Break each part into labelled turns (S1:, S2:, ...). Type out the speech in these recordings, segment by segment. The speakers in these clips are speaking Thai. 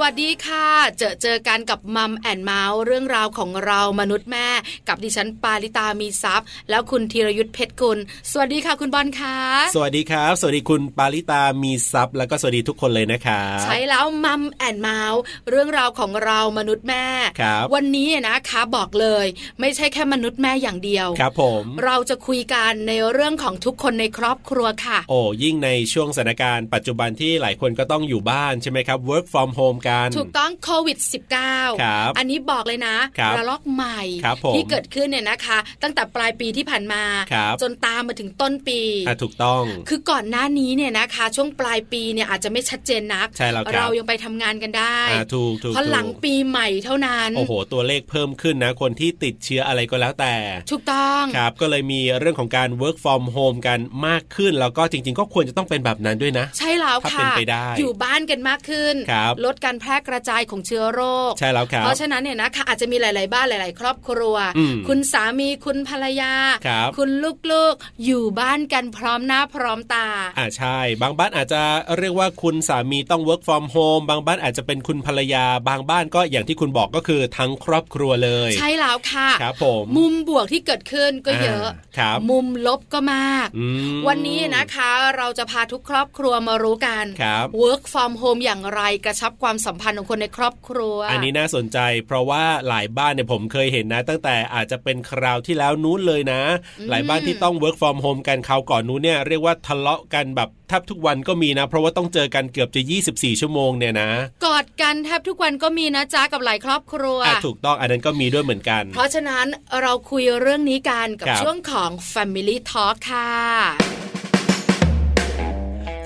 S1: สวัสดีค่ะ เจอเจอกันกับมัมแอนเมาส์เรื่องราวของเรามนุษย์แม่ กับดิฉันปาริตามีซัพย์ แล้วคุณธีรยุทธเพชรกุล สวัสดีค่ะคุณบอลค่ะ
S2: สวัสดีครับ สวัสดีคุณปาริตามีซับแล้วก็สวัสดีทุกคนเลยนะครับ
S1: ใช้แล้วมัมแอนเมาส์เรื่องราวของเรามนุษย์แม่
S2: ครับ
S1: วันนี้นะคะบอกเลย ไม่ใช่แค่มนุษย์แม่อย่างเดียว
S2: ครับผม
S1: เราจะคุยกันในเรื่องของทุกคนในครอบครัวค่ะ
S2: โอ้ยิ่งในช่วงสถานการณ์ปัจจุบันที่หลายคนก็ต้องอยู่บ้านใช่ไหมครับ work from home กัน
S1: ถูกต้องโควิด -19
S2: ครับ
S1: อันนี้บอกเลยนะครับ ระลอกใหม่
S2: ครับผม
S1: ที่เกิดขึ้นเนี่ยนะคะ ตั้งแต่ปลายปีที่ผ่านมา
S2: ครับ
S1: จนตามมาถึงต้นปี
S2: อ่ะถูกต้อง
S1: คือก่อนหน้านี้เนี่ยนะคะ ช่วงปลายปีเนี่ยอาจจะไม่ชัดเจนนัก
S2: ใช่แล้วครับ
S1: เรายังไปทำงานกันได้
S2: อ่ะถูกถูก
S1: เพราะหลัง
S2: ถูก
S1: ปีใหม่เท่านั้น
S2: โอ้โห ตัวเลขเพิ่มขึ้นนะ คนที่ติดเชื้ออะไรก็แล้วแต่
S1: ถูกต้อง
S2: ครับก็เลยมีเรื่องของการ work from home กันมากขึ้น แล้วก็จริง ๆ ก็ควรจะต้องเป็นแบบนั้นด้วยนะ
S1: ใช่แล้ว
S2: ถ้าเป็
S1: ค่ะ
S2: นไปได้
S1: อยู่บ้านกันมากขึ้น
S2: ครับ
S1: ลดการแพร่กระจายของเชื้อโรค
S2: ใช่แล้วครับ
S1: เพราะฉะนั้นเนี่ยนะคะอาจจะมีหลาย ๆ บ้านหลาย ๆ ครอบครัว
S2: อืม
S1: คุณสามีคุณภรรยา
S2: ครับ
S1: ณลูก ๆ อยู่บ้านกันพร้อมหน้าพร้อมตา
S2: อ่าใช่ บางบ้านอาจจะเรียกว่าคุณสามีต้อง work from home บางบ้านอาจจะเป็นคุณภรรยา บางบ้านก็อย่างที่คุณบอกก็คือทั้งครอบครัวเลย
S1: ใช่แล้วค่ะ
S2: ครับผม
S1: มุมบวกที่เกิดขึ้นก็เยอะ
S2: าครับ
S1: มุมลบก็มาก
S2: อืม
S1: วันนี้นะคะเราจะพาทุกครอบครัวมารู้กัน
S2: ครับ
S1: work from home อย่างไรกระชับความสัมพันธ์ของคนในครอบครัว
S2: อันนี้น่าสนใจ เพราะว่าหลายบ้านเนี่ยผมเคยเห็นนะ ตั้งแต่อาจจะเป็นคราวที่แล้วนู้นเลยนะ
S1: อืม
S2: หลายบ้านที่ต้อง work from home กันคราวก่อนนู้นเนี่ยเรียกว่าทะเลาะกันแบบแทบทุกวันก็มีนะ เพราะว่าต้องเจอกันเกือบจะ 24 ชั่วโมงเนี่ยนะ
S1: กอดกันแทบทุกวันก็มีนะจ๊ะกับหลายครอบครัว
S2: อ่ะถูกต้องอันนั้นก็มีด้วยเหมือนกัน
S1: เพราะฉะนั้นเราคุยเรื่องนี้กันกับ
S2: ครับ
S1: ช่วงของ Family Talk ค่ะ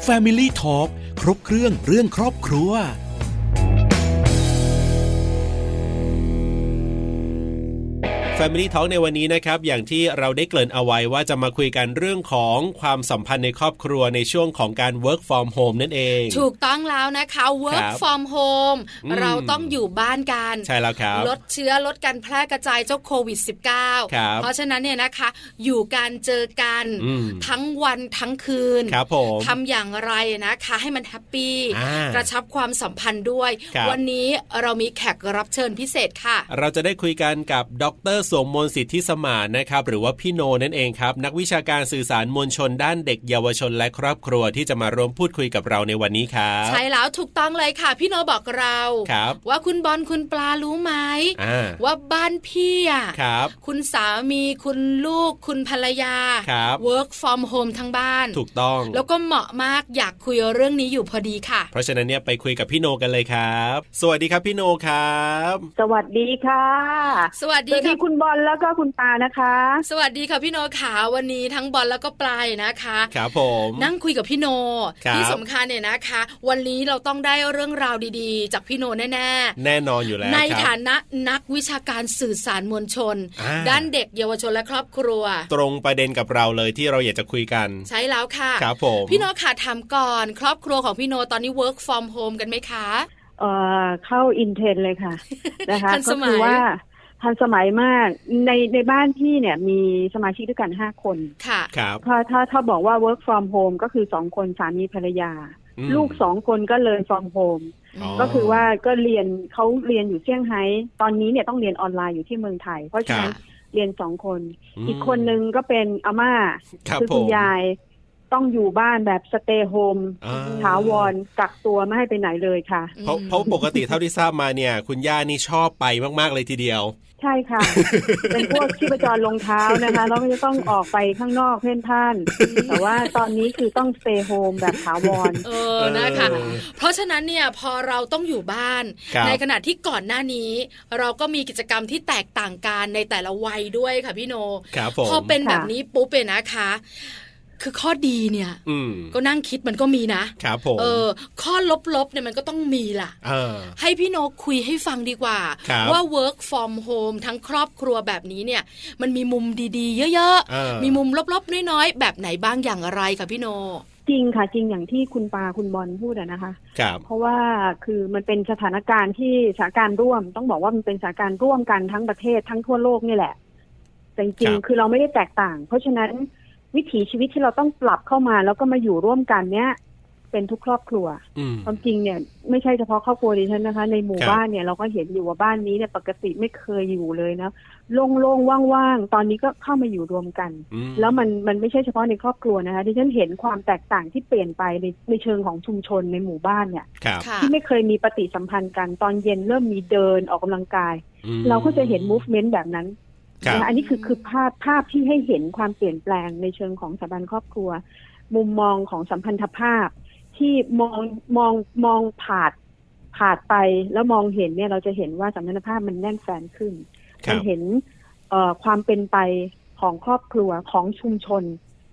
S3: Family Talk ครบเครื่องเรื่องครอบครัว
S2: Family Talk ในวันนี้นะครับ อย่างที่เราได้เกริ่นเอาไว้ว่าจะมาคุยกันเรื่องของความสัมพันธ์ในครอบครัวในช่วงของการ work from home นั่นเอง
S1: ถูกต้องแล้วนะคะ work
S2: ครับ
S1: from home
S2: อืม
S1: เราต้องอยู่บ้านกัน
S2: ใช่แล้วครับ
S1: ลดเชื้อลดการแพร่กระจายเจ้าโควิด -19
S2: ครับ
S1: เพราะฉะนั้นเนี่ยนะคะ อยู่การเจอกัน
S2: อืม
S1: ทั้งวันทั้งคืน
S2: ครับผม
S1: ทำอย่างไรนะคะ ให้มันแฮปปี้
S2: อ่าก
S1: กระชับความสัมพันธ์ด้วย
S2: ครับ
S1: วันนี้เรามีแขกรับเชิญพิเศษค่ะ
S2: เราจะได้คุยกันกับดรสมมนต์สิทธิสมานนะครับ หรือว่าพี่โนนั่นเองครับ นักวิชาการสื่อสารมวลชนด้านเด็กเยาวชนและครอบครัวที่จะมาร่วมพูดคุยกับเราในวันนี้ครับ
S1: ใช่แล้วถูกต้องเลยค่ะ พี่โนบอกเรา
S2: ครับ
S1: ว่าคุณบอลคุณปลารู้ไหม
S2: อ่า
S1: ว่าบ้านพี่อ่ะ
S2: ครับ
S1: คุณสามีคุณลูกคุณภรรยา
S2: ครับ
S1: work from home ทั้งบ้าน
S2: ถูกต้อง
S1: แล้วก็เหมาะมากอยากคุยเรื่องนี้อยู่พอดีค่ะ
S2: เพราะฉะนั้นเนี่ยไปคุยกับพี่โนกันเลยครับ สวัสดีครับพี่โนครับ
S4: สวัสดีค่ะ
S1: สวัสดี
S4: สวัสดี
S1: ค่ะ
S4: คุณบอลแล้วก็คุณปานะคะ
S1: สวัสดีค่ะพี่โนขาวันนี้ทั้งบอลแล้วก็ปลายนะคะ
S2: ครับผม
S1: นั่งคุยกับพี่โน
S2: ครับ
S1: ที่สำคัญเนี่ยนะคะ วันนี้เราต้องได้เรื่องราวดีๆ จากพี่โนแน่ๆ
S2: แน่นอนอยู่แล้ว
S1: ใน
S2: ครั
S1: ฐา
S2: บ
S1: นะนักวิชาการสื่อสารมวลชน
S2: อ่า
S1: ด้านเด็กเยาวชนและครอบครัว
S2: ตรงประเด็นกับเราเลยที่เราอยากจะคุยกัน
S1: ใช่แล้วค่ะ
S2: ครับผม
S1: พี่โนค่ะถามก่อน ครอบครัวของพี่โนตอนนี้ work from home กันไหมคะ
S4: เอ่อเข้าอินเทรนด์เลยค่ะ นะคะ
S1: ทันส
S4: ก็
S1: มัย
S4: คือว่าทันสมัยมากในในบ้านพี่เนี่ยมีสมาชิกด้วยกันห้าคน
S1: ค่ะ
S2: ครับ
S4: ถ้าถ้าถ้าบอกว่า work from home ก็คือสองคนสามีภรรยา
S2: อืม
S4: ลูกสองคนก็เลย from home
S2: อ๋อ
S4: ก็คือว่าก็เรียนเขาเรียนอยู่เซี่ยงไฮ้ตอนนี้เนี่ยต้องเรียนออนไลน์อยู่ที่เมืองไทย เพราะฉะนั้น
S1: ค่ะ
S4: เรียนสองคน
S2: ม
S4: อีกคนนึงก็เป็นอาม่า
S2: ครับ
S4: คือ
S2: ผ
S4: คุณ
S2: ม
S4: ยายต้องอยู่บ้านแบบสเตย์โฮม
S2: อ่า
S4: ถาวรกักตัวไม่ให้ไปไหนเลยค่ะ
S2: เพราะเพราะปกติเท่าที่ทราบมาเนี่ย คุณย่านี่ชอบไปมากๆเลยทีเดียว
S4: ใช่ค่ะ เป็นพวกชีพจรลงเท้านะคะแล้วก็จะต้องออกไปข้างนอกเพ่นพ่าน แต่ว่าตอนนี้คือต้องสเตย์โฮมแบบถาวร
S1: เออนะคะ
S2: เออ
S1: เพราะฉะนั้นเนี่ยพอเราต้องอยู่บ้าน
S2: ครับ
S1: ในขณะที่ก่อนหน้านี้ เราก็มีกิจกรรมที่แตกต่างกันในแต่ละวัยด้วยค่ะพี่โน
S2: ครับผม
S1: พอเป็น
S4: ค่ะ
S1: แบบนี้ปุ๊บเนี่ยนะคะ คือข้อดีเนี่ย
S2: อืม
S1: ก็นั่งคิดมันก็มีนะ
S2: ครับผม
S1: เออ ข้อลบๆเนี่ยมันก็ต้องมีล่ะ
S2: เออ
S1: ให้พี่นกคุยให้ฟังดีกว่า
S2: ครับ
S1: ว่า work from home ทั้งครอบครัวแบบนี้เนี่ย มันมีมุมดีๆ เยอะ
S2: เออ
S1: ๆ มีมุมลบๆ น้อยๆ แบบไหนบ้างอย่างไรคะพี่โน
S4: จริงค่ะ จริงอย่างที่คุณปาคุณบอลพูดอะนะคะ
S2: ครับ
S4: เพราะว่าคือมันเป็นสถานการณ์ที่สถานการณ์ร่วม ต้องบอกว่ามันเป็นสถานการณ์ร่วมกันทั้งประเทศทั้งทั่วโลกนี่แหละแต่จริง
S2: ครับ
S4: ๆคือเราไม่ได้แตกต่าง เพราะฉะนั้น วิถีชีวิตที่เราต้องปรับเข้ามาแล้วก็มาอยู่ร่วมกันเนี้ยเป็นทุกครอบครัว
S2: อืม
S4: ความจริงเนี่ยไม่ใช่เฉพาะครอบครัวดิฉันนะคะ ในหมู่
S2: ครับ
S4: บ้านเนี่ยเราก็เห็นอยู่ว่าบ้านนี้เนี่ยปกติไม่เคยอยู่เลยนะโล่งๆว่างๆตอนนี้ก็เข้ามาอยู่รวมกัน
S2: อืม
S4: แล้วมันมันไม่ใช่เฉพาะในครอบครัวนะคะดิฉันเห็นความแตกต่างที่เปลี่ยนไปในในเชิงของชุมชนในหมู่บ้านเนี่ย
S2: ครับ
S1: ค่ะ
S4: ที่ไม่เคยมีปฏิสัมพันธ์กันตอนเย็นเริ่มมีเดินออกกำลังกาย
S2: อืม
S4: เราก็จะเห็น movement แบบนั้น
S2: ครับ
S4: นะคะอันนี้คือคือภาพภาพที่ให้เห็นความเปลี่ยนแปลงในเชิงของสถาบันครอบครัว มุมมองของสัมพันธภาพ ที่มองมองมองผาดผาดไปแล้วมองเห็นเนี่ยเราจะเห็นว่าสัมพันธภาพมันแน่นแฟนขึ้น
S2: ค
S4: มั
S2: รั
S4: น
S2: บ
S4: เห็นเอ่อความเป็นไปของครอบครัวของชุมชน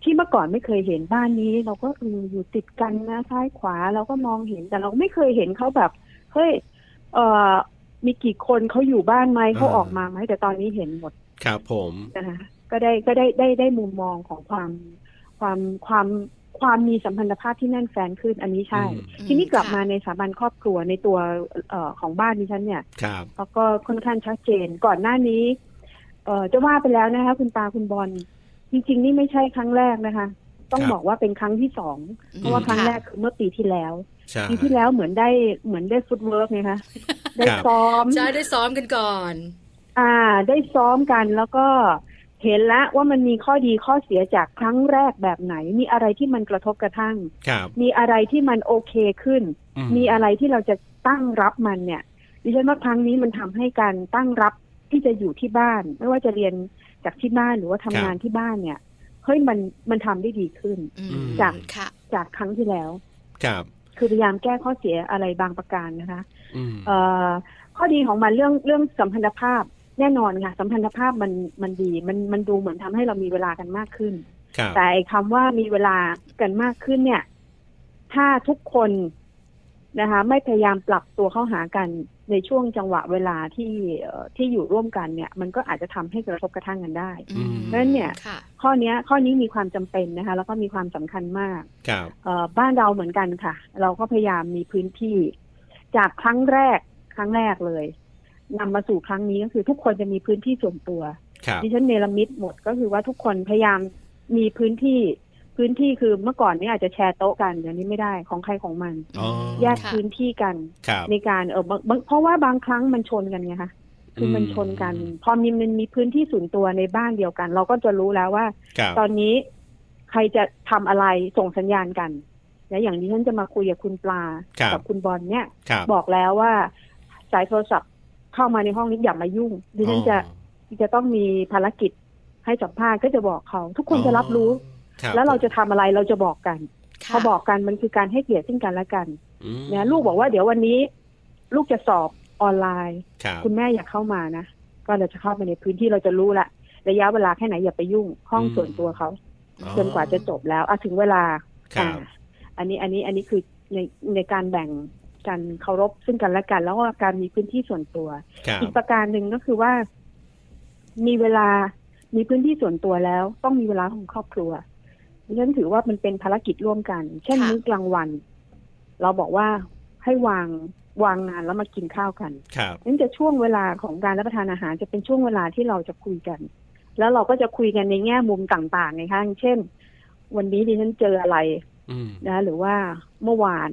S4: ที่เมื่อก่อนไม่เคยเห็นบ้านนี้ เราก็เอออยู่ติดกันนะซ้ายขวาเราก็มองเห็นแต่เราไม่เคยเห็นเขาแบบเฮ้ยเอ่อมีกี่คนเขาอยู่บ้านไหมเขาออกมาไหมแต่ตอนนี้เห็นหมด
S2: ครับผม
S4: นะคะก็ได้ก็ได้ได้ได้มุมมองของความความความความมีสัมพันธภาพที่แน่นแฟนขึ้นอันนี้ใช่
S2: อืม
S4: ทีนี้กลับ
S1: ค่ะ
S4: มาในสถาบันครอบครัวในตัวเอ่อของบ้านดิฉันเนี่ย
S2: ครับ
S4: เขาก็ค่อนข้างชัดเจนก่อนหน้านี้ เออจะว่าไปแล้วนะคะคุณตาคุณบอลจริง ๆ นี่ไม่ใช่ครั้งแรกนะคะ ต้องบอกว่าเป็นครั้งที่สองเพราะว่าครั้งแรกคือเมื่อปีที่แล้ว
S2: ใช่
S4: ปีที่แล้วเหมือนได้เหมือนได้ฟุตเวิร์กไงคะได้
S2: ครับ
S4: ซ้อม
S1: จะได้ซ้อมกันก่อน
S4: อ่า ได้ซ้อมกันแล้วก็เห็นละว่ามันมีข้อดีข้อเสียจากครั้งแรกแบบไหน มีอะไรที่มันกระทบกระทั่ง
S2: ครับ
S4: มีอะไรที่มันโอเคขึ้น
S2: อื
S4: มีอะไรที่เราจะตั้งรับมันเนี่ย ดิฉันว่าครั้งนี้มันทำให้การตั้งรับที่จะอยู่ที่บ้าน ไม่ว่าจะเรียนจากที่บ้านหรือว่าทำงานที่บ้านเนี่ยเฮ้ยมันมันทำได้ดีขึ้น
S1: อืม
S4: จ้ะ
S1: ค่ะ
S4: จากครั้งที่แล้ว
S2: ครับ
S4: คือพยายามแก้ข้อเสียอะไรบางประการนะคะ
S2: อืม
S4: เอ่อข้อดีของมันเรื่องเรื่องสัมพันธภาพแน่นอนค่ะสัมพันธภาพมันมันดี มันมันดูเหมือนทำให้เรามีเวลากันมากขึ้น
S2: ครับ
S4: แต่ไอ้คำว่ามีเวลากันมากขึ้นเนี่ย ถ้าทุกคนนะคะ ไม่พยายามปรับตัวเข้าหากันในช่วงจังหวะเวลาที่เอ่อที่อยู่ร่วมกันเนี่ย มันก็อาจจะทำให้กระทบกระทั่งกันได้
S1: อืม
S4: เพราะฉะนั้นเนี่ย
S1: ค่ะ
S4: ข้อเนี้ย ข้อนี้มีความจำเป็นนะคะ แล้วก็มีความสำคัญมาก
S2: ครับ
S4: เอ่อบ้านเราเหมือนกันค่ะ เราก็พยายามมีพื้นที่ จากครั้งแรกครั้งแรกเลยนำมาสู่ครั้งนี้ก็คือ ทุกคนจะมีพื้นที่ส่วนตัว
S2: ครับ
S4: ดิฉันเนรมิตหมดก็คือว่าทุกคนพยายามมีพื้นที่พื้นที่คือเมื่อก่อนเนี่ยอาจจะแชร์โต๊ะกันเดี๋ยวนี้ไม่ได้ของใครของมัน
S2: อ๋อ
S4: แยก
S1: ค่ะ
S4: พื้นที่กัน
S2: ครับ
S4: ในการเออบางบางเพราะว่าบางครั้งมันชนกันไงคะคือมันชนกัน พอมีมันมีพื้นที่ส่วนตัวในบ้านเดียวกัน เราก็จะรู้แล้วว่า
S2: ครับ
S4: ตอนนี้ใครจะทำอะไรส่งสัญญาณกันและอย่างนี้ฉันจะมาคุยกับคุณปลา
S2: ครับ
S4: กับคุณบอลเนี่ย
S2: ครับ
S4: บอกแล้วว่าสายโทรศัพท์เข้ามาในห้องนี้อย่ามายุ่งดิฉันจะ
S2: อ๋อ
S4: จะต้องมีภารกิจให้สัมภาษณ์ก็จะบอกเขา ทุกคนจะรับรู้
S2: คบ
S4: แล้วเราจะทำอะไรเราจะบอกกันพ
S1: ค่ะ
S4: อบอกกันมันคือการให้เกียรติซึ่งกันและกัน
S2: อืม
S4: นะลูกบอกว่าเดี๋ยววันนี้ ลูกจะสอบออนไลน์
S2: ครับ
S4: คุณแม่อยากเข้ามานะก็เราจะเข้าไปในพื้นที่เราจะรู้ละระยะเวลาแค่ไหนอย่าไปยุ่งห้องส่วนตัวเขา
S2: อ๋อ
S4: จนกว่าจะจบแล้วอะถึงเวลา
S2: ครับ
S4: อ่ะอันนี้อันนี้อันนี้คือในในการแบ่งการเคารพซึ่งกันและกัน แล้วก็การมีพื้นที่ส่วนตัว
S2: ครับ
S4: อีกประการหนึ่งก็คือว่า มีเวลามีพื้นที่ส่วนตัวแล้ว ต้องมีเวลาของครอบครัวดิฉันถือว่ามันเป็นภารกิจร่วมกัน เช่น
S1: ค่ะ
S4: มื้อกลางวัน เราบอกว่าให้วางวางงานแล้วมากินข้าวกัน
S2: ครับ
S4: นั่นจะช่วงเวลาของการรับประทานอาหารจะเป็นช่วงเวลาที่เราจะคุยกัน แล้วเราก็จะคุยกันในแง่มุมต่างๆไงคะอย่างเช่น วันนี้ดิฉันเจออะไร
S2: อืม
S4: นะหรือว่าเมื่อวาน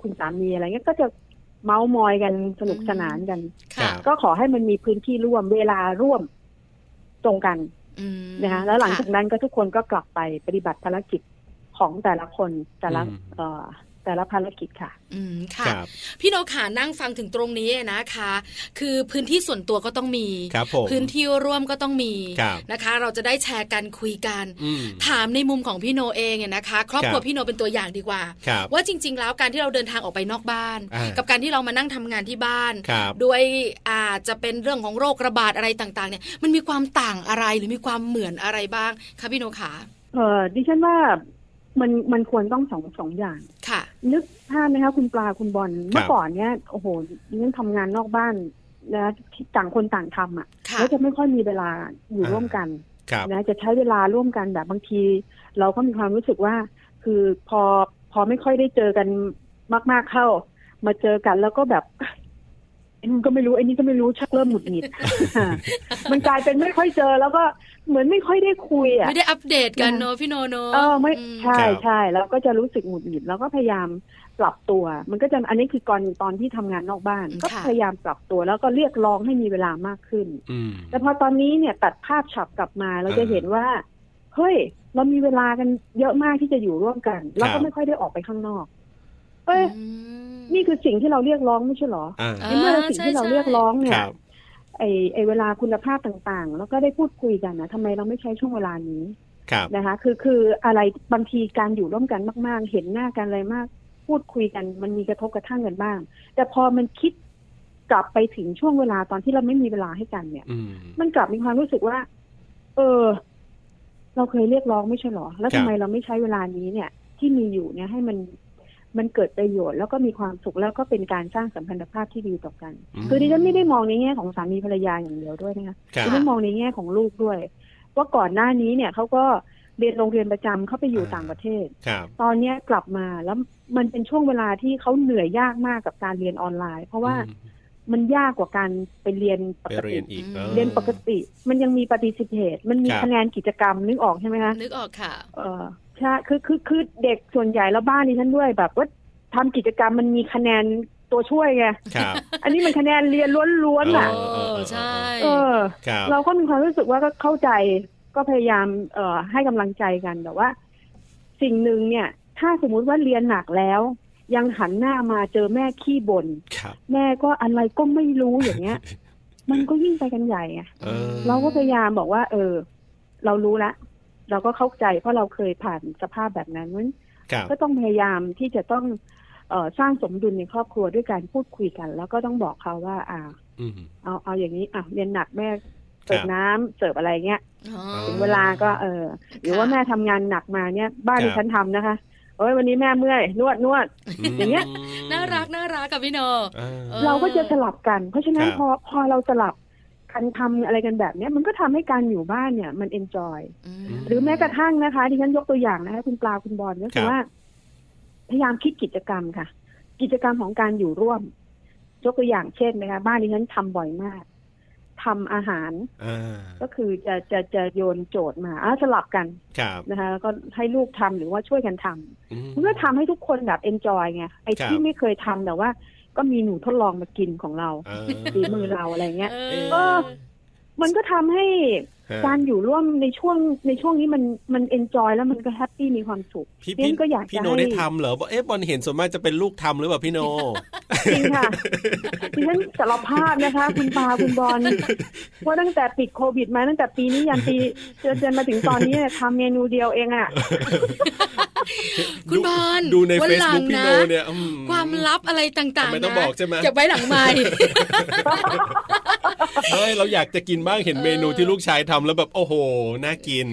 S4: คุณสามีอะไรเงี้ยก็จะเมาส์มอยกันสนุกสนานกัน
S1: ค่ะ
S2: ครับ
S4: ก็ขอให้มันมีพื้นที่ร่วมเวลาร่วมตรงกัน
S1: อืม
S4: นะคะแล้วหลังจาก
S1: ค่ะ
S4: นั้นก็ทุกคนก็กลับไปปฏิบัติภารกิจของแต่ละคนแต่ละ
S2: อืม
S4: เอ่อแต่ละภารกิจค่ะ
S1: อืม
S2: ค
S1: ค่ะ
S2: รับ
S1: พี่โนขานั่งฟังถึงตรงนี้นะคะ คือพื้นที่ส่วนตัวก็ต้องมี
S2: ครับผม
S1: พื้นที่ร่วมก็ต้องมี
S2: ครับ
S1: นะคะ เราจะได้แชร์กันคุยกัน
S2: อืม
S1: ถามในมุมของพี่โนเองเนี่ยนะคะ ครอบครัว
S2: ครับ
S1: พี่โนเป็นตัวอย่างดีกว่า
S2: ครับ
S1: ว่าจริง ๆ แล้วการที่เราเดินทางออกไปนอกบ้าน
S2: อ่ากั
S1: กับการที่เรามานั่งทำงานที่บ้าน
S2: ครับ
S1: ด้วยอาจจะเป็นเรื่องของโรคระบาดอะไรต่างๆ เนี่ย มันมีความต่างอะไรหรือมีความเหมือนอะไรบ้างคะพี่โนขา
S4: เออดิฉันว่ามันมันควรต้องสองสองอย่าง
S1: ค่ะ
S4: นึกภาพไหมคะคุณปลาคุณบอลเมื่อก่อนเนี้ยโอ้โหดิฉันทำงานนอกบ้านนะที่ต่างคนต่างทำอ่ะ
S1: ค่ะ
S4: แล้วจะไม่ค่อยมีเวลาอยู่
S2: อ่า
S4: ร่วมกัน
S2: ครับ
S4: นะจะใช้เวลาร่วมกันแบบบางที เราก็มีความรู้สึกว่า คือพอ พอไม่ค่อยได้เจอกันมาก ๆเข้า มาเจอกันแล้วก็แบบ นู่นก็ไม่รู้ไอ้นี่ก็ไม่รู้ชักเริ่มหงุดหงิ ด มันกลายเป็นไม่ค่อยเจอ แล้วก็เหมือนไม่ค่อยได้คุยอ่ะ
S1: ไม่ได้อัปเดตกันเนอะพี่โนเนอะ
S4: เออไม่
S1: ม
S4: ใช่
S2: ครับ
S4: ใช่แล้วก็จะรู้สึกหงุดหงิดแล้วก็พยายามปรับตัว มันก็จะอันนี้คือก่อนตอนที่ทำงานนอกบ้าน
S1: ค่ะ
S4: ก็พยายามปรับตัวแล้วก็เรียกร้องให้มีเวลามากขึ้น
S2: อืม
S4: แต่พอตอนนี้เนี่ยตัดภาพฉับกลับมาเราจะ
S2: เออ
S4: เห็นว่าเฮ้ย เรามีเวลากันเยอะมากที่จะอยู่ร่วมกัน แล้ว
S2: ครั
S4: ก็
S2: บ
S4: ไม่ค่อยได้ออกไปข้างนอก เอ้ย
S1: อืม
S4: นี่คือสิ่งที่เราเรียกร้องไม่ใช่เหรอ
S2: อ่า
S1: เอ
S4: ในเมื่อสิ่งที่เราเรียกร้องเนี่
S2: ค
S4: ย
S2: รับ
S4: ไอไอเวลาคุณภาพต่างๆ แล้วก็ได้พูดคุยกันนะทำไมเราไม่ใช้ช่วงเวลานี้
S2: ครับ
S4: นะคะคือคืออะไรบางทีการอยู่ร่วมกันมาก ๆ เห็นหน้ากันอะไรมาก พูดคุยกันมันมีกระทบกระทั่งกันบ้าง แต่พอมันคิดกลับไปถึงช่วงเวลาตอนที่เราไม่มีเวลาให้กันเนี่ย
S2: อืม
S4: มันกลับมีความรู้สึกว่า เออ เราเคยเรียกร้องไม่ใช่หรอ แล้ว
S2: ครับ
S4: ทำไมเราไม่ใช้เวลานี้เนี่ย ที่มีอยู่เนี่ยให้มันมันเกิดประโยชน์แล้วก็มีความสุขแล้วก็เป็นการสร้างสัมพันธภาพที่ดีต่อกัน
S2: ม
S4: คือดิฉันไม่ได้มองในแง่ของสามีภรรยาอย่างเดียวด้วยนะคะ
S2: ครับ
S4: ดิฉันมองในแง่ของลูกด้วย ว่าก่อนหน้านี้เนี่ยเขาก็เรียนโรงเรียนประจำเขาไปอยู่
S2: อ่า
S4: ต่างประเทศ
S2: ครับ
S4: ตอนเนี้ยกลับมาแล้วมันเป็นช่วงเวลาที่เขาเหนื่อยยากมากกับการเรียนออนไลน์ เพราะว่า
S2: อืม
S4: มันยากกว่าการไปเรียนป
S2: ไป
S4: ก
S2: เรี
S4: ติ
S2: ยนอีกออ
S4: เรียนปกติ มันยังมีปฏิสิเทตมันมี
S2: ครับ
S4: คะแนนกิจกรรมนึกออกใช่ไหมคะ
S1: นึกออกค่ะ
S4: เออใช่คือคือคือเด็กส่วนใหญ่แล้วบ้านนี้ท่านด้วยแบบว่าทำกิจกรรมมันมีคะแนนตัวช่วยไง
S2: ครับ
S4: อันนี้มันคะแนนเรียนล้วนๆอ่ะ
S1: เออใช่
S4: เออ
S2: ครับ
S4: เราก็มีความรู้สึกว่าก็เข้าใจก็พยายามเอ่อให้กำลังใจกันแต่ว่า สิ่งหนึ่งเนี่ย ถ้าสมมุติว่าเรียนหนักแล้ว ยังหันหน้ามาเจอแม่ขี้บน่น
S2: ครับ
S4: แม่ก็อะไรก็ไม่รู้อย่างเงี้ย มันก็ยิ่งไปกันใหญ่อะ
S2: เออ
S4: เราก็พยายามบอกว่า เออ เรารู้ละ เราก็เข้าใจเพราะเราเคยผ่านสภาพแบบนั้นงั้น
S2: ครับ
S4: ก็ต้องพยายามที่จะต้องเอ่อสร้างสมดุลในครอบครัวด้วยการพูดคุยกัน แล้วก็ต้องบอกเขาว่า อ่า
S2: อืม
S4: เอาเอาอย่างนี้อ่ะเรียนหนักแม่เสิร์
S2: ค
S4: ฟ
S2: รับ
S4: น้ำเสิร์ฟอะไรเงี้ย
S1: อ๋อ
S4: ถึงเวลาก็เออหรือว่าแม่ทำงานหนักมาเนี่ย บ้าน
S2: ครับ
S4: ที่ฉันทำนะคะเอ้ยวันนี้แม่เมื่อยนวดนวด อย่างเงี้ย
S2: ม
S1: น่ารักน่ารักกับพี่โน
S2: อ่า
S1: เอ
S4: เราก็จะสลับกัน เพราะฉะนั้น
S2: ครับ
S4: พอพอเราสลับกันทำอะไรกันแบบเนี้ย มันก็ทำให้การอยู่บ้านเนี่ย มันเอนจอย
S1: ม
S4: หรือแม้กระทั่งนะคะที่ฉันยกตัวอย่างนะคะคุณปลาคุณบอลก็คือว่า พยายามคิดกิจกรรมค่ะ กิจกรรมของการอยู่ร่วม ยกตัวอย่างเช่นนะคะ บ้านที่ฉันทำบ่อยมากทำอาหาร
S2: อ่า
S4: ก็คือจะจะจะโยนโจทย์มาอ่ะสลับกัน
S2: ครับ
S4: นะคะ แล้วก็ให้ลูกทำหรือว่าช่วยกันทำ
S2: อืม
S4: มันก็ทำให้ทุกคนแบบเอนจอยไงไอ้
S2: ครับ
S4: ที่ไม่เคยทำแต่ว่า ก็มีหนูทดลองมากินของเรา
S2: อ่า
S4: ฝีมือเราอะไรเงี้ย
S1: เอ
S4: เอ
S1: อ
S4: อ มันก็ทำให้
S2: ฮะ
S4: การอยู่ร่วมในช่วงในช่วงนี้มันมันเอนจอยแล้วมันก็แฮปปี้มีความสุข
S2: พี่
S4: เรียนก็อยากจะ
S2: พี่โน
S4: ให้
S2: ได้ทำเหรอบอกเอ๊ะบอลเห็นส่วนมากจะเป็นลูกทำหรือเปล่าพี่โน
S4: จริง ค่ะดิฉันสารภาพนะคะ คุณปาคุณบอลว่าตั้งแต่ปิดโควิดมาตั้งแต่ปีนี้ยันปีจนจนมาถึงตอนนี้เนี่ยทำเมนูเดียวเองอ่ะ
S1: คุณ
S2: ดู
S1: บอล
S2: ดูใน
S1: วัน
S2: เฟซ
S1: หลัง
S2: บุ๊กพี่
S1: นะ
S2: โนเนี่ยอื
S1: ความลับอะไรต่างๆ
S2: ทำไม
S1: นะ
S2: ต้องบอกใช่ไหม
S1: เก็บไว้หลังไม่
S2: เฮ้ยเราอยากจะกินบ้างเห็นเมนูที่ลูกชายทำแล้วแบบโอ้โหน่ากิน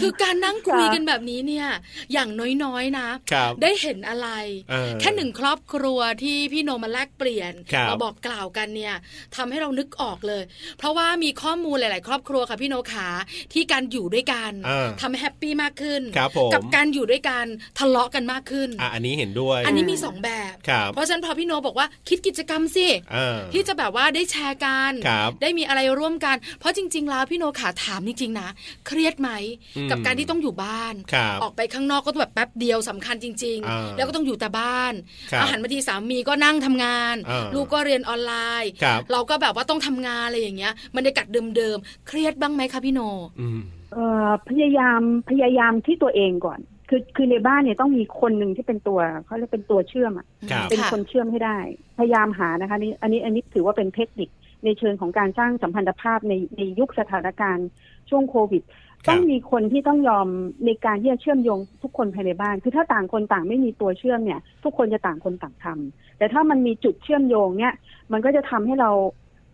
S1: คือการนั่งคุย
S4: จ้ะ
S1: กันแบบนี้เนี่ย อย่างน้อยๆนะ
S2: ครับ
S1: ได้เห็นอะไร
S2: เออ
S1: แค่หนึ่งครอบครัวที่พี่โนมาแลกเปลี่ยน
S2: ครับ
S1: มาบอกกล่าวกันเนี่ยทำให้เรานึกออกเลย เพราะว่ามีข้อมูลหลาย ๆ ครอบครัวค่ะพี่โนขาที่การอยู่ด้วยกัน
S2: อ่า
S1: ทำให้แฮปปี้มากขึ้น
S2: ครับผม
S1: กับการอยู่ด้วยกันทะเลาะกันมากขึ้น
S2: อ่ะอันนี้เห็นด้วย
S1: อันนี้มีสองแบบ
S2: ครับ
S1: เพราะฉะนั้นพอพี่โนบอกว่าคิดกิจกรรมสิ
S2: อ่า
S1: ที่จะแบบว่าได้แชร์กัน
S2: ครับ
S1: ได้มีอะไรร่วมกัน เพราะจริง ๆ แล้วพี่โนขาถามจริง ๆ นะ เครียดไหม
S2: อืม
S1: กับการที่ต้องอยู่บ้าน
S2: ครับ
S1: ออกไปข้างนอกก็แบบแป๊บเดียวสำคัญจริง
S2: อ่า
S1: ๆ แล้วก็ต้องอยู่แต่บ้าน
S2: ครับ
S1: อาหารบางทีสามีก็นั่งทำงาน
S2: อ่า
S1: ลูกก็เรียนออนไลน์
S2: ครับ
S1: เราก็แบบว่าต้องทำงานอะไรอย่างเงี้ยบรรยากาศเดิมๆ เครียดบ้างไหมคะพี่โน
S2: อืม
S4: เอ่อพยายามพยายามที่ตัวเองก่อน คือคือในบ้านเนี่ยต้องมีคนหนึ่งที่เป็นตัวเขาเรียกเป็นตัวเชื่อมอะ
S2: ครับ
S4: เป็นคนเชื่อมให้ได้ พยายามหานะคะนี่อันนี้อันนี้ถือว่าเป็นเทคนิคในเชิงของการสร้างสัมพันธภาพในในยุคสถานการณ์ช่วงโควิด
S2: ครั
S4: ต้
S2: บ
S4: องมีคนที่ต้องยอมในการที่จะเชื่อมโยงทุกคนภายในบ้าน คือถ้าต่างคนต่างไม่มีตัวเชื่อมเนี่ย ทุกคนจะต่างคนต่างทำแต่ถ้ามันมีจุดเชื่อมโยงเนี่ยมันก็จะทำให้เรา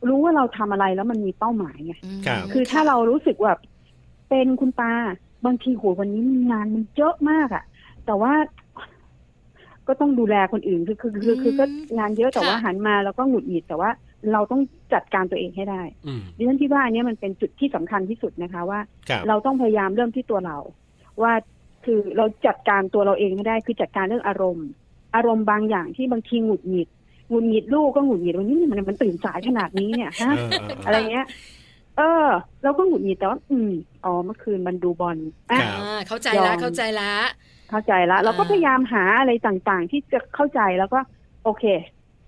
S4: รู้ว่าเราทำอะไรแล้วมันมีเป้าหมายไง
S1: อืม
S2: ครับ
S4: คือถ้าเรารู้สึกว่าเป็นคุณปาบางทีโหวันนี้มันงานมันเยอะมากอะแต่ว่าก็ต้องดูแลคนอื่นคือคือคือคือก็งานเยอะแต่ว่าหันมาเราก็หงุดหงิดแต่ว่า เราต้องจัดการตัวเองให้ได้
S2: อืม
S4: ดิฉันคิดว่าอันเนี้ยมันเป็นจุดที่สำคัญที่สุดนะคะว่า
S2: ครับ
S4: เราต้องพยายามเริ่มที่ตัวเรา ว่าคือเราจัดการตัวเราเองให้ได้คือจัดการเรื่องอารมณ์ อารมณ์บางอย่างที่บางทีหงุดหงิด หงุดหงิดลูกก็หงุดหงิดวันนี้มันมันตื่นสายขนาดนี้เนี่ยฮะ
S2: เออเออเอ
S4: อะ
S2: อ
S4: ไรเงี้ย เออ เราก็หงุดหงิดแต่ว่าอืมอ๋อเมื่อคืนมันดูบอลอ่ะ
S2: ครับ
S1: อ่าเข้าใจแล้
S4: ยอ
S1: ว
S4: ม
S1: เข้าใจแล้ว
S4: เข้าใจละเราก็
S1: อ่า
S4: พยายามหาอะไรต่างๆ ที่จะเข้าใจแล้วก็ โอเค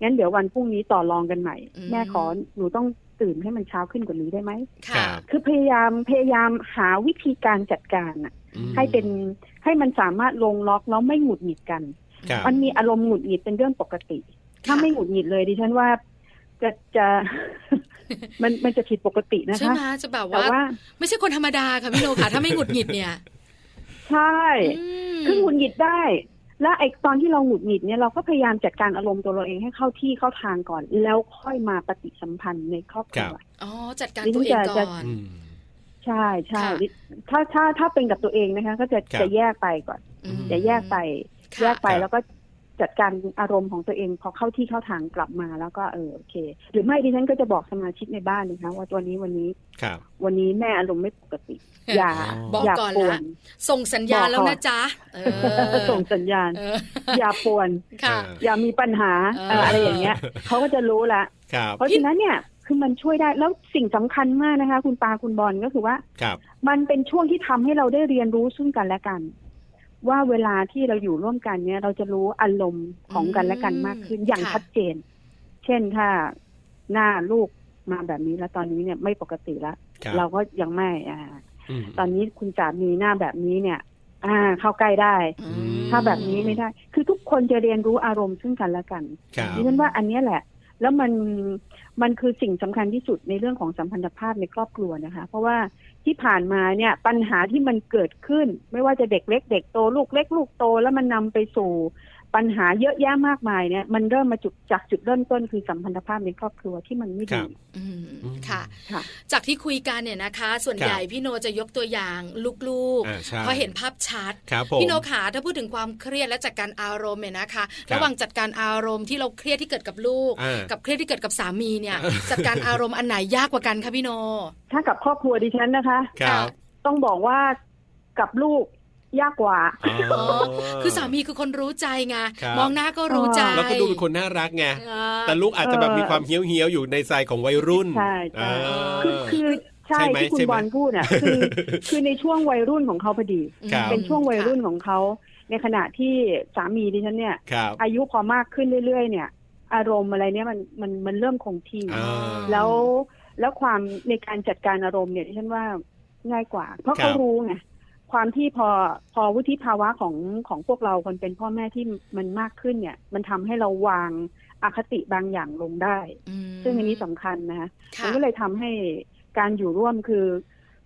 S4: งั้นเดี๋ยววันพรุ่งนี้ต่อรองกันใหม่ แม่ขอหนูต้องตื่นให้มันเช้าขึ้นกว่านี้ได้ไหม
S2: ครั
S1: ค่ะ
S2: บ
S4: คือพยายามพยายามหาวิธีการจัดการน่ะ
S2: อืม
S4: ให้เป็นให้มันสามารถลงล็อกแล้วไม่หงุดหงิดกัน
S2: ครับ
S4: มันมีอารมณ์หงุดหงิดเป็นเรื่องปกติ
S1: ค่ะ
S4: ถ้าไม่หงุดหงิดเลยดิฉันว่าจะจะ มันมันจะผิดปกตินะ
S1: ใช่
S4: คะ
S1: ไหมจะแบบ
S4: แต่
S1: ว่า
S4: ว่า
S1: ไม่ใช่คนธรรมดาค่ะพี่โนค่ะ ถ้าไม่หงุดหงิดเนี่ย
S4: ใช่
S1: อืม
S4: คือหงุดหงิดได้ และไอ้ตอนที่เราหงุดหงิดเนี่ยเราก็พยายามจัดการอารมณ์ตัวเราเองให้เข้าที่เข้าทางก่อน แล้วค่อยมาปฏิสัมพันธ์ในครอบครัว
S2: ครับ
S1: อ๋อจัดการ
S4: นี่
S1: ตัวเอง
S4: จะ
S1: ก่
S4: จะ
S1: อน
S2: อืม
S4: ใช่ใช่
S1: ค่ะ
S4: ถ้าถ้าถ้าเป็นกับตัวเองนะคะ ก็จะ
S2: ครับ
S4: จะแยกไปก่อน
S1: อืม
S4: จะแยกไป
S1: ค่ะ
S4: แยกไป
S2: ครับ
S4: แล้วก็จัดการอารมณ์ของตัวเอง พอเข้าที่เข้าทางกลับมาแล้วก็เออโอเค หรือไม่ดิฉันก็จะบอกสมาชิกในบ้านนะคะว่าตัวนี้วันนี้
S2: ครับ
S4: วันนี้แม่อารมณ์ไม่ปกติ อย่า
S1: บอก
S4: อย่า
S1: ก่อน
S4: ป่ว
S1: ละ
S4: น
S1: ส่งสัญญาณ
S4: บอกก่อน
S1: แล้วนะจ๊ะเออ
S4: ส่งสัญญาณ
S1: เออ
S4: อย่าป่วน
S1: ค่ะ
S2: เออ
S4: อย่ามีปัญหาเอออะไรอย่างเงี้ยเขาก็จะรู้ละ
S2: ครับ
S4: เพราะฉะนั้นเนี่ยคือมันช่วยได้แล้วสิ่งสำคัญมากนะคะ คุณปาคุณบอลก็คือว่า
S2: ครับ
S4: มันเป็นช่วงที่ทำให้เราได้เรียนรู้ซึ่งกันและกัน ว่าเวลาที่เราอยู่ร่วมกันเนี่ย เราจะรู้อารมณ์ของกันและกันมากขึ้น
S1: อืม
S4: อย่าง
S1: ค่ะ
S4: ชัดเจน เช่นถ้าหน้าลูกมาแบบนี้แล้วตอนนี้เนี่ยไม่ปกติละ
S2: คบ
S4: เราก็ยังไม่อ่า
S2: ม
S4: ตอนนี้คุณสามีหน้าแบบนี้เนี่ย อ่า เข้าใกล้ได้
S1: อืม
S4: ถ้าแบบนี้ไม่ได้ คือทุกคนจะเรียนรู้อารมณ์ซึ่งกันและกัน
S2: ครับ
S4: ดิฉันว่าอันเนี้ยแหละ แล้วมันมันคือสิ่งสำคัญที่สุดในเรื่องของสัมพันธภาพในครอบครัวนะคะ เพราะว่าที่ผ่านมาเนี่ยปัญหาที่มันเกิดขึ้น ไม่ว่าจะเด็กเล็กเด็กโตลูกเล็กลูกโต แล้วมันนำไปสู่ปัญหาเยอะแยะมากมายเนี่ยมันเริ่มมาจุดจากจุดเริ่มต้นคือสัมพันธภาพในครอบครัวที่มันไม่
S2: ครั
S4: ดี
S2: บ
S1: อืมค่ะ
S4: ค่ะ
S1: จากที่คุยกันเนี่ยนะคะ ส่วน
S2: ครับ
S1: ใหญ่พี่โนจะยกตัวอย่างลูก
S2: อ่าใช่
S1: ๆเพราะเห็นภาพชัด
S2: ครับผม
S1: พี่โนขาถ้าพูดถึงความเครียดและจัดการอารมณ์เนี่ยนะคะ
S2: ครับ
S1: ระหว่างจัดการอารมณ์ที่เราเครียดที่เกิดกับลูก
S2: อ่ากั
S1: กับเครียดที่เกิดกับสามีเนี่ย
S2: อ่า
S1: จัดการอารมณ์อันไหนยากกว่ากันคะพี่โน
S4: ถ้ากับครอบครัวดิฉันนะคะ
S2: ครับ
S4: ต้องบอกว่ากับลูกยากกว่า
S2: อ๋อ
S1: คือสามีคือคนรู้ใจไง
S2: ครับ
S1: มองหน้าก็รู้ใจ
S2: แล้วก็ดูเป็นคนน่ารักไง
S1: อ่า
S2: แต่ลูกอาจจะแบบมีความเฮี้ยวเฮี้ยวๆอยู่ในสายของวัยรุ่น
S4: ใช่ใช่
S2: อ่า
S4: คือคือใช่
S2: ใช่ไหม
S4: ที่คุ
S2: ใช่
S4: ณ
S2: ไหม
S4: บอลพูดอ่ะคือคือในช่วงวัยรุ่นของเขาพอดี
S2: ครับ
S4: เป็นช่วงวัยรุ่นของเขา ในขณะที่สามีดิฉันเนี่ย
S2: ครับ
S4: อายุพอมากขึ้นเรื่อยๆ เนี่ย อารมณ์อะไรเนี่ยมันมันมันเริ่มคงที่
S2: อ่า
S4: แล้วแล้วความในการจัดการอารมณ์เนี่ยดิฉันว่าง่ายกว่า เพราะ
S2: ครั
S4: เขา
S2: บ
S4: รู้ไงความที่พอพอวุฒิภาวะของของพวกเราคนเป็นพ่อแม่ที่มันมากขึ้นเนี่ย มันทำให้เราวางอคติบางอย่างลงได้
S1: อืม
S4: ซึ่งอันนี้สำคัญนะคะ
S1: ค่ะ
S4: มันก็เลยทำให้การอยู่ร่วมคือ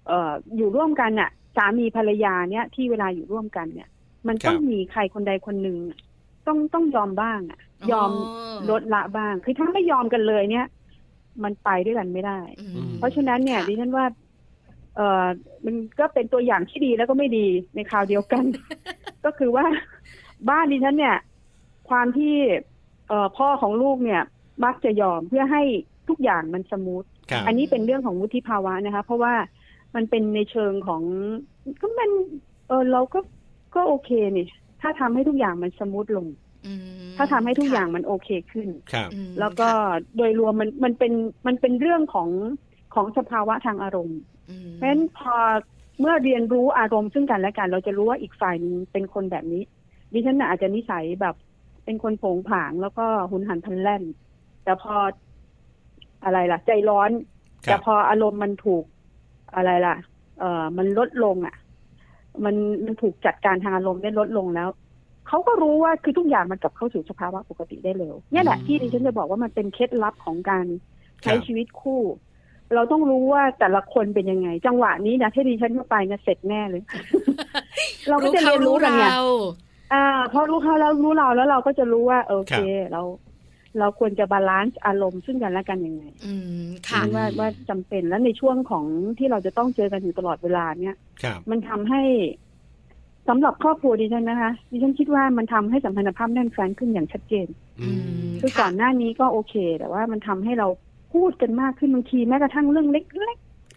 S4: เอ่ออยู่ร่วมกันน่ะ สามีภรรยาเนี่ยที่เวลาอยู่ร่วมกันเนี่ย มัน
S2: ครับ
S4: ต้องมีใครคนใดคนหนึ่งต้องต้องยอมบ้างอะยอมลดละบ้าง คือถ้าไม่ยอมกันเลยเนี่ย มันไปด้วยกันไม่ได้
S1: อืม
S4: เพราะฉะนั้นเนี่ยดิ
S1: ค่ะ
S4: ฉันว่า เออมันก็เป็นตัวอย่างที่ดีแล้วก็ไม่ดีในคราวเดียว กัน ก็คือว่าบ้านดิฉันเนี่ย ความที่เออพ่อของลูกเนี่ย มักจะยอมเพื่อให้ทุกอย่างมันสมูท
S2: ครับ
S4: อันนี้เป็นเรื่องของวุฒิภาวะนะคะ เพราะว่ามันเป็นในเชิงของก็มันเออเราก็ก็โอเคนี่ ถ้าทำให้ทุกอย่างมันสมูทลง
S1: อืม
S4: ถ้าทำให้ทุก
S1: ค่ะ
S4: อย่างมันโอเคขึ้น
S2: ครับ
S1: อืม
S4: แล้วก็
S1: ค่ะ
S4: โดยรวมมันมันเป็นมันเป็นเรื่องของของสภาวะทางอารมณ์
S1: อืม
S4: เพราะฉะนั้นพอเมื่อเรียนรู้อารมณ์ซึ่งกันและกัน เราจะรู้ว่าอีกฝ่ายหนึงเป็นคนแบบนี้ ดิฉันน่ะอาจจะนิสัยแบบเป็นคนโผงผางแล้วก็หุนหันพลันแล่น แต่พออะไรล่ะ ใจร้อน
S2: ครั
S4: แต่
S2: บ
S4: พออารมณ์มันถูกอะไรล่ะ เออมันลดลงอ่ะ มันมันถูกจัดการทางอารมณ์ได้ลดลงแล้ว เขาก็รู้ว่าคือทุกอย่างมันกลับเข้าสู่สภาวะปกติได้เร็วเนี่ยแหละ
S1: อืม
S4: ที่ดิฉันจะบอกว่ามันเป็นเคล็ดลับของการใช้
S2: ครับ
S4: ชีวิตคู่ เราต้องรู้ว่าแต่ละคนเป็นยังไง จังหวะนี้นะถ้าดิฉันเข้าไปนะเสร็จแน่เลย เราก็จะ
S1: เขา
S4: เรียน
S1: รู้
S4: รู้กันเนี่ย
S1: เรา
S4: อ่าพอรู้เขาแล้วรู้เราแล้วเราก็จะรู้ว่า โอเค เรา เราควรจะบาลานซ์อารมณ์ซึ่งกันและกันยังไง
S1: อืมค่ะ
S4: ว่าว่าจำเป็นและในช่วงของที่เราจะต้องเจอกันอยู่ตลอดเวลาเนี่ย
S2: ครับ
S4: มันทำให้สำหรับครอบครัวดิฉันนะคะดิฉันคิดว่ามันทำให้สัมพันธภาพแน่นแฟ้นขึ้นอย่างชัดเจน
S2: อืม
S4: คือ
S1: ค่ะ
S4: ก่อนหน้านี้ก็โอเค แต่ว่ามันทำให้เราพูดกันมากขึ้นบางทีแม้กระทั่งเรื่องเล็ก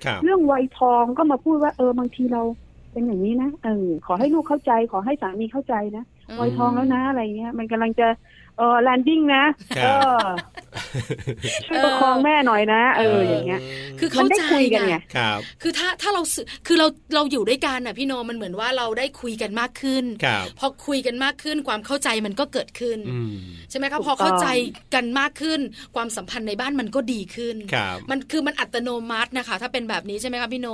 S2: ครับ
S4: ๆเรื่องวัยทองก็มาพูดว่าเออบางทีเราไป เป็นอย่างนี้นะเออขอให้ลูกเข้าใจ ขอให้สามีเข้าใจนะ
S1: อืม
S4: วัยทองแล้วนะอะไรเงี้ยมันกำลังจะเออแลนดิ้งนะ
S2: ค
S4: เอ
S2: รับ
S4: อช่วยประคองแม่หน่อยนะเอออย่างเงี้ย
S1: คือ
S4: มั
S1: เข้า
S4: ได้
S1: ใจ
S4: คุยกันไง
S1: นะครับ คือถ้าถ้าเราสื่อคือเราเราอยู่ด้วยกันน่ะพี่โนมันเหมือนว่าเราได้คุยกันมากขึ้น
S2: ครับ
S1: พอคุยกันมากขึ้นความเข้าใจมันก็เกิดขึ้น
S2: อืม
S1: ใช่ไหมคะ
S4: ถูก
S1: พอเข้า
S4: ต้อง
S1: ใจกันมากขึ้น ความสัมพันธ์ในบ้านมันก็ดีขึ้น
S2: ครับ
S1: มันคือมันอัตโนมัตินะคะ ถ้าเป็นแบบนี้ใช่ไหมคะพี่โน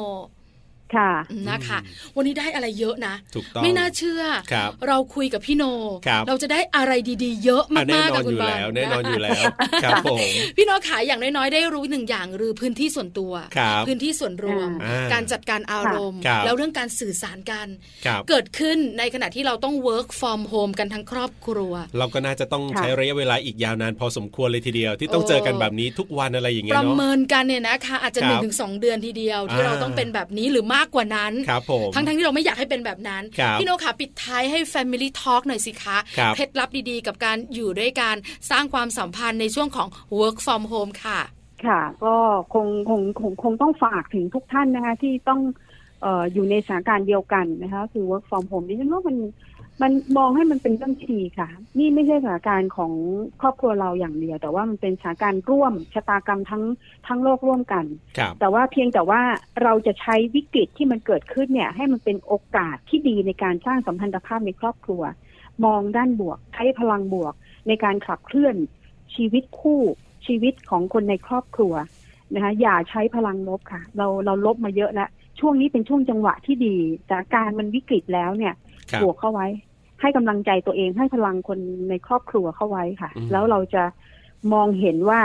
S4: ค่ะ
S1: นะคะ วันนี้ได้อะไรเยอะนะ
S2: ถูกต้อง
S1: ไม่น่าเชื่อ
S2: ครับ
S1: เราคุยกับพี่โน
S2: ครับ
S1: เราจะได้อะไรดีๆ เยอะ
S2: อ่ะ
S1: มาก
S2: แน่
S1: ๆ
S2: นอ
S1: กัน บคุณ
S2: อยู่
S1: บา
S2: แล้ว แน่นอนอ
S1: ะ
S2: ยู่แล้วครับผม
S1: พี่โนขายอย่างน้อยๆได้รู้หนึ่งอย่างหรือพื้นที่ส่วนตัว
S2: ครับ
S1: พื้นที่ส่วนรวม
S2: อ่า
S1: การจัดการอารมณ์
S2: ครับ
S1: แล้วเรื่องการสื่อสารกัน
S2: ครับ
S1: เกิดขึ้นในขณะที่เราต้อง work from home กันทั้งครอบครัว
S2: เราก็น่าจะต้อง
S4: ค่ะ
S2: ใช้ระยะเวลาอีกยาวนานพอสมควรเลยทีเดียว ที่ต้อง
S1: โอ้
S2: เจอกันแบบนี้ทุกวันอะไรอย่าง
S1: ป
S2: เงี้ย
S1: ระ
S2: เนาะ
S1: เมินกันเนี่ยนะคะ อาจจะ
S2: ครั
S1: ห
S2: บ
S1: นึ่งถึงสองเดือนทีเดียว ที่
S2: อ่า
S1: เราต้องเป็นแบบนี้หรือมากกว่านั้น
S2: ครับผม
S1: ทั้งๆที่เราไม่อยากให้เป็นแบบนั้น
S2: ครับ
S1: พี่โนค่ะปิดท้ายให้ Family Talk หน่อยสิคะ
S2: ครับ
S1: เคล็ดลับดีๆ กับการอยู่ด้วยกันสร้างความสัมพันธ์ในช่วงของ work from home ค่ะ
S4: ค่ะ ก็คงคงคงคงต้องฝากถึงทุกท่านนะคะ ที่ต้องเอ่ออยู่ในสถานการณ์เดียวกันนะคะ คือ work from home ดิฉันว่ามันมันมองให้มันเป็นเรื่องที่ดีค่ะ นี่ไม่ใช่สถานการณ์ของครอบครัวเราอย่างเดียว แต่ว่ามันเป็นสถานการณ์ร่วมชะตากรรมทั้งทั้งโลกร่วมกัน
S2: ครับ
S4: แต่ว่าเพียงแต่ว่าเราจะใช้วิกฤตที่มันเกิดขึ้นเนี่ย ให้มันเป็นโอกาสที่ดีในการสร้างสัมพันธภาพในครอบครัว มองด้านบวก ใช้พลังบวก ในการขับเคลื่อนชีวิตคู่ชีวิตของคนในครอบครัวนะคะอย่าใช้พลังลบค่ะ เราเราลบมาเยอะแล้ว ช่วงนี้เป็นช่วงจังหวะที่ดีสถานการณ์มันวิกฤตแล้วเนี่ย
S2: ครับ
S4: บวกเข้าไว้ ให้กำลังใจตัวเองให้พลังคนในครอบครัวเข้าไว้ค่ะ
S2: อืม
S4: แล้วเราจะมองเห็นว่า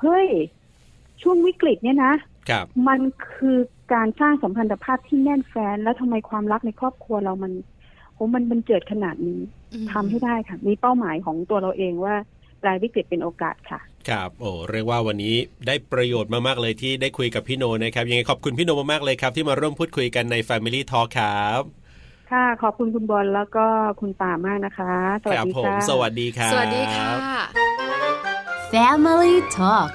S4: เฮ้ย ช่วงวิกฤตเนี่ยนะ
S2: ครับ
S4: มันคือการสร้างสัมพันธภาพที่แน่นแฟ้น แล้วทำไมความรักในครอบครัวเรามันโหมันมันเจิดขนาดนี้ทำให้ได้ค่ะ มีเป้าหมายของตัวเราเองว่าแปลวิกฤตเป็นโอกาสค่ะ
S2: ครับ โอ้ เรียกว่าวันนี้ได้ประโยชน์มากๆเลยที่ได้คุยกับพี่โนนะครับ ยังไงขอบคุณพี่โนมากๆเลยครับ ที่มาร่วมพูดคุยกันใน Family Talk ครับ
S4: ค่ะ ขอบคุณคุณบอลแล้วก็คุณป่ามากนะคะ สวัส
S2: ครั
S4: ดี
S2: ผม
S4: ค่ะ
S2: สวัสดีครับ
S1: สวัสดีค่ะ
S5: Family Talk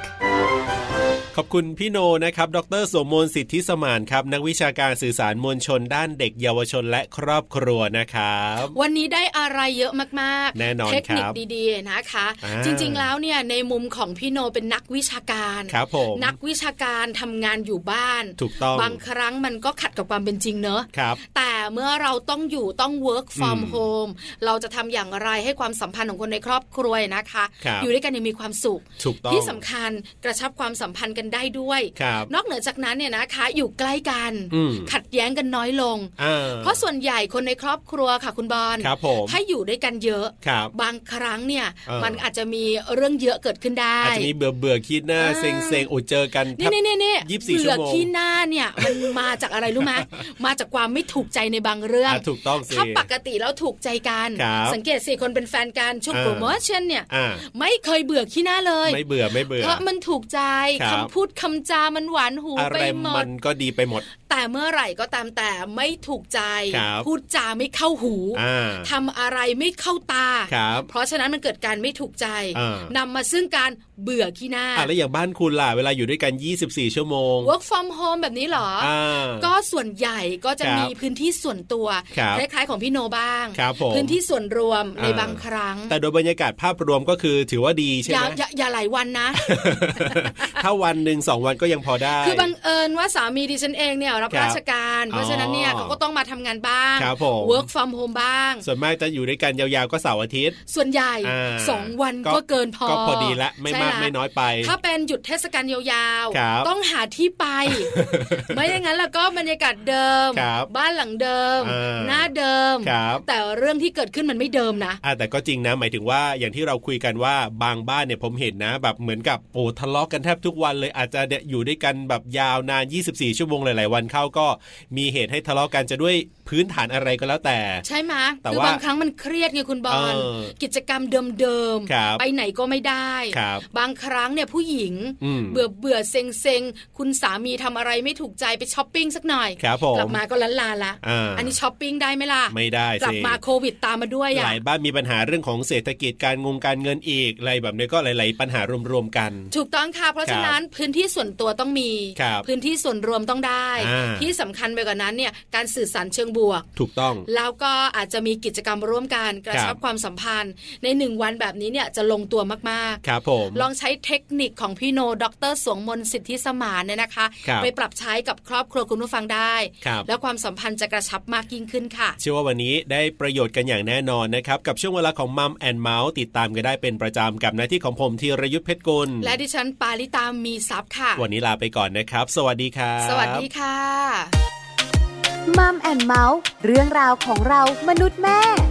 S2: ขอบคุณพี่โนนะครับ ดรสมมนสิทธิสมานครับ นักวิชาการสื่อสารมวลชนด้านเด็กเยาวชนและครอบครัวนะครับ
S1: วันนี้ได้อะไรเยอะมากๆ
S2: แน่นอน
S1: เทคนิค
S2: ครับ
S1: ดีๆนะคะ
S2: อ่า
S1: จริงๆแล้วเนี่ยในมุมของพี่โนเป็นนักวิชาการ
S2: ครับผม
S1: นักวิชาการทำงานอยู่บ้าน
S2: ถูกต้อง
S1: บางครั้งมันก็ขัดกับความเป็นจริงเนอะ
S2: ครับ
S1: แต่เมื่อเราต้องอยู่ต้อง work from
S2: อืม
S1: home เราจะทำอย่างไรให้ความสัมพันธ์ของคนในครอบครัวนะคะ
S2: ครับ
S1: อยู่ด้วยกันยังมีความสุข
S2: ถูกต้อง
S1: ที่สำคัญกระชับความสัมพันธ์กันได้ด้วย
S2: ครับ
S1: นอกเหนือจากนั้นเนี่ยนะคะ อยู่ใกล้กัน
S2: อืม
S1: ขัดแย้งกันน้อยลง
S2: อ่า
S1: เพราะส่วนใหญ่คนในครอบครัวค่ะคุณบอล
S2: ครับผม
S1: ถ้าอยู่ด้วยกันเยอะ
S2: ครับ
S1: บางครั้งเนี่ย
S2: เออ
S1: มันอาจจะมีเรื่องเยอะเกิดขึ้นได้
S2: อาจจะมีเบื่อเบื่อคิดหน้า
S1: อ่า
S2: เซ็งเซ็งๆโอ้เจอกันแท
S1: นี่
S2: บ
S1: นี่นี่นี่
S2: 24ชั่วโมง
S1: เบื่อขี้หน้าเนี่ย มันมาจากอะไร รู้ไหมมาจากความไม่ถูกใจในบางเรื่อง
S2: อ่ะถูกต้องสิ
S1: ถ้าปกติแล้วถูกใจกัน
S2: ครับ
S1: สังเกตสิคนเป็นแฟนกันช่วง
S2: อ่า
S1: โปรโมชั่นเนี่ย
S2: อ่า
S1: ไม่เคยเบื่อขี้หน้าเลย
S2: ไม่เบื่อไม่เบื่อ
S1: เพราะมันถูกใจ
S2: ครับ
S1: คำพูดคำจามันหวานหู
S2: อะ
S1: ไป
S2: ไร
S1: หม
S2: มั
S1: ด
S2: นก็ดีไปหมด
S1: แต่เมื่อไหร่ก็ตามแต่ไม่ถูกใจ
S2: ครับ
S1: พูดจาไม่เข้าหู
S2: อ่า
S1: ทำอะไรไม่เข้าตา
S2: ครับ
S1: เพราะฉะนั้นมันเกิดการไม่ถูกใจ
S2: อ่าน
S1: นำมาซึ่งการเบื่อขี้หน้า
S2: อ่ะแล้วอย่างบ้านคุณล่ะเวลาอยู่ด้วยกัน 24 ชั่วโมง
S1: work from home แบบนี้เหรอ
S2: อ่า
S1: ก็ส่วนใหญ่ก็จะ
S2: ครับ
S1: มีพื้นที่ส่วนตัว
S2: ครับ
S1: คล้ายๆของพี่โนบ้าง
S2: ครับผม
S1: พื้นที่ส่วนรวมใน
S2: อ่า
S1: บางครั้ง
S2: แต่โดยบรรยากาศภาพรวมก็คือถือว่าดี
S1: อ
S2: ใช่ไห
S1: ย่าม อย่าอย่าหลายวันนะ
S2: ถ้าวันหนึ่งสองวันก็ยังพอได้
S1: คือบังเอิญว่าสามีดิฉันเองเนี่ยรับ
S2: ครับ
S1: ราชการ เพราะฉะนั้นเนี่ย
S2: อ๋อ
S1: เขาก็ต้องมาทำงานบ้าง
S2: ครับผม
S1: work from home บ้าง
S2: ส่วนมากจะอยู่ด้วยกันยาวๆก็เสาร์อาทิตย์
S1: ส่วนใหญ่
S2: อ่า
S1: สองวัน
S2: ก็
S1: ก็เกินพอ
S2: ก็พอดีละไม่
S1: ใช่
S2: มาก
S1: ละ
S2: ไม่น้อยไป
S1: ถ้าเป็นหยุดเทศกาลยาว
S2: ครับ
S1: ต้องหาที่ ไป ไม่อย่างนั้นแล้วก็บรรยากาศเดิม
S2: ครับ
S1: บ้านหลังเดิม
S2: อ่า
S1: หน้าเดิม
S2: ครับ
S1: แต่เรื่องที่เกิดขึ้นมันไม่เดิมนะ
S2: อ่ะแต่ก็จริงนะหมายถึงว่าอย่างที่เราคุยกันว่าบางบ้านเนี่ยผมเห็นนะ แบบเหมือนกับโอ้ทะเลาะกันแทบทุกวันเลยอาจจะเนี่ยอยู่ด้วยกันแบบยาวนาน 24 ชั่วโมงหลายๆวันเข้าก็มีเหตุให้ทะเลาะกันจะด้วยพื้นฐานอะไรก็แล้วแต่
S1: ใช่ไหม
S2: แต่
S1: คื
S2: ว่า
S1: บางครั้งมันเครียดไงคุณบอล
S2: เออ
S1: กิจกรรมเดิม
S2: ครับ
S1: ไปไหนก็ไม่ได้
S2: ครับ
S1: บางครั้งเนี่ยผู้หญิง
S2: อืม
S1: เบื่อเบื่อเซ็งเซ็งคุณสามีทำอะไรไม่ถูกใจไปช้อปปิ้งสักหน่อย
S2: ครับผม
S1: กลับมาก็ลันลาละ
S2: อ่า
S1: อันนี้ช้อปปิ้งได้ไหมล่ะ
S2: ไม่ได้สิ
S1: กลับมาโควิดตามมาด้วย
S2: ห
S1: อ่ะ
S2: ลายบ้านมีปัญหาเรื่องของเศรษฐกิจการงงการเงินอีกอะไรแบบนี้ก็หลาย ๆ ปัญหารวมๆกัน
S1: ถูกต้องค่ะเพราะฉะนั้น พื้นที่ส่วนตัวต้องมี
S2: ครับ
S1: พื้นที่ส่วนรวมต้องได้
S2: อ่า
S1: ที่สำคัญไปกว่านั้นเนี่ยการสื่อสารเชิงบวก
S2: ถูกต้อง
S1: แล้วก็อาจจะมีกิจกรรมร่วมกันกระชับ
S2: ครับ
S1: ความสัมพันธ์ ในหนึ่งวันแบบนี้เนี่ยจะลงตัวมากๆ
S2: ครับผม
S1: ลองใช้เทคนิคของพี่โนดรสวงมนต์สิทธิสมานเนี่ยนะคะ
S2: ครับ
S1: ไปปรับใช้กับครอบครัวคุณผู้ฟังได้
S2: ครับ
S1: แล้วความสัมพันธ์จะกระชับมากยิ่งขึ้นค่ะ
S2: เชื่อว่าวันนี้ได้ประโยชน์กันอย่างแน่นอนนะครับ กับช่วงเวลาของมัมแอนเมาส์ติดตามกันได้เป็นประจำกับหน้าที่ของผมธีรยุทธเพชรกุล
S1: และดิฉันปาริตามีซับค่ะ
S2: วันนี้ลาไปก่อนนะครับ สวัสดีครับ
S1: สวัสดีค่ะ
S5: มัมแอนเมาส์เรื่องราวของเรามนุษย์แม่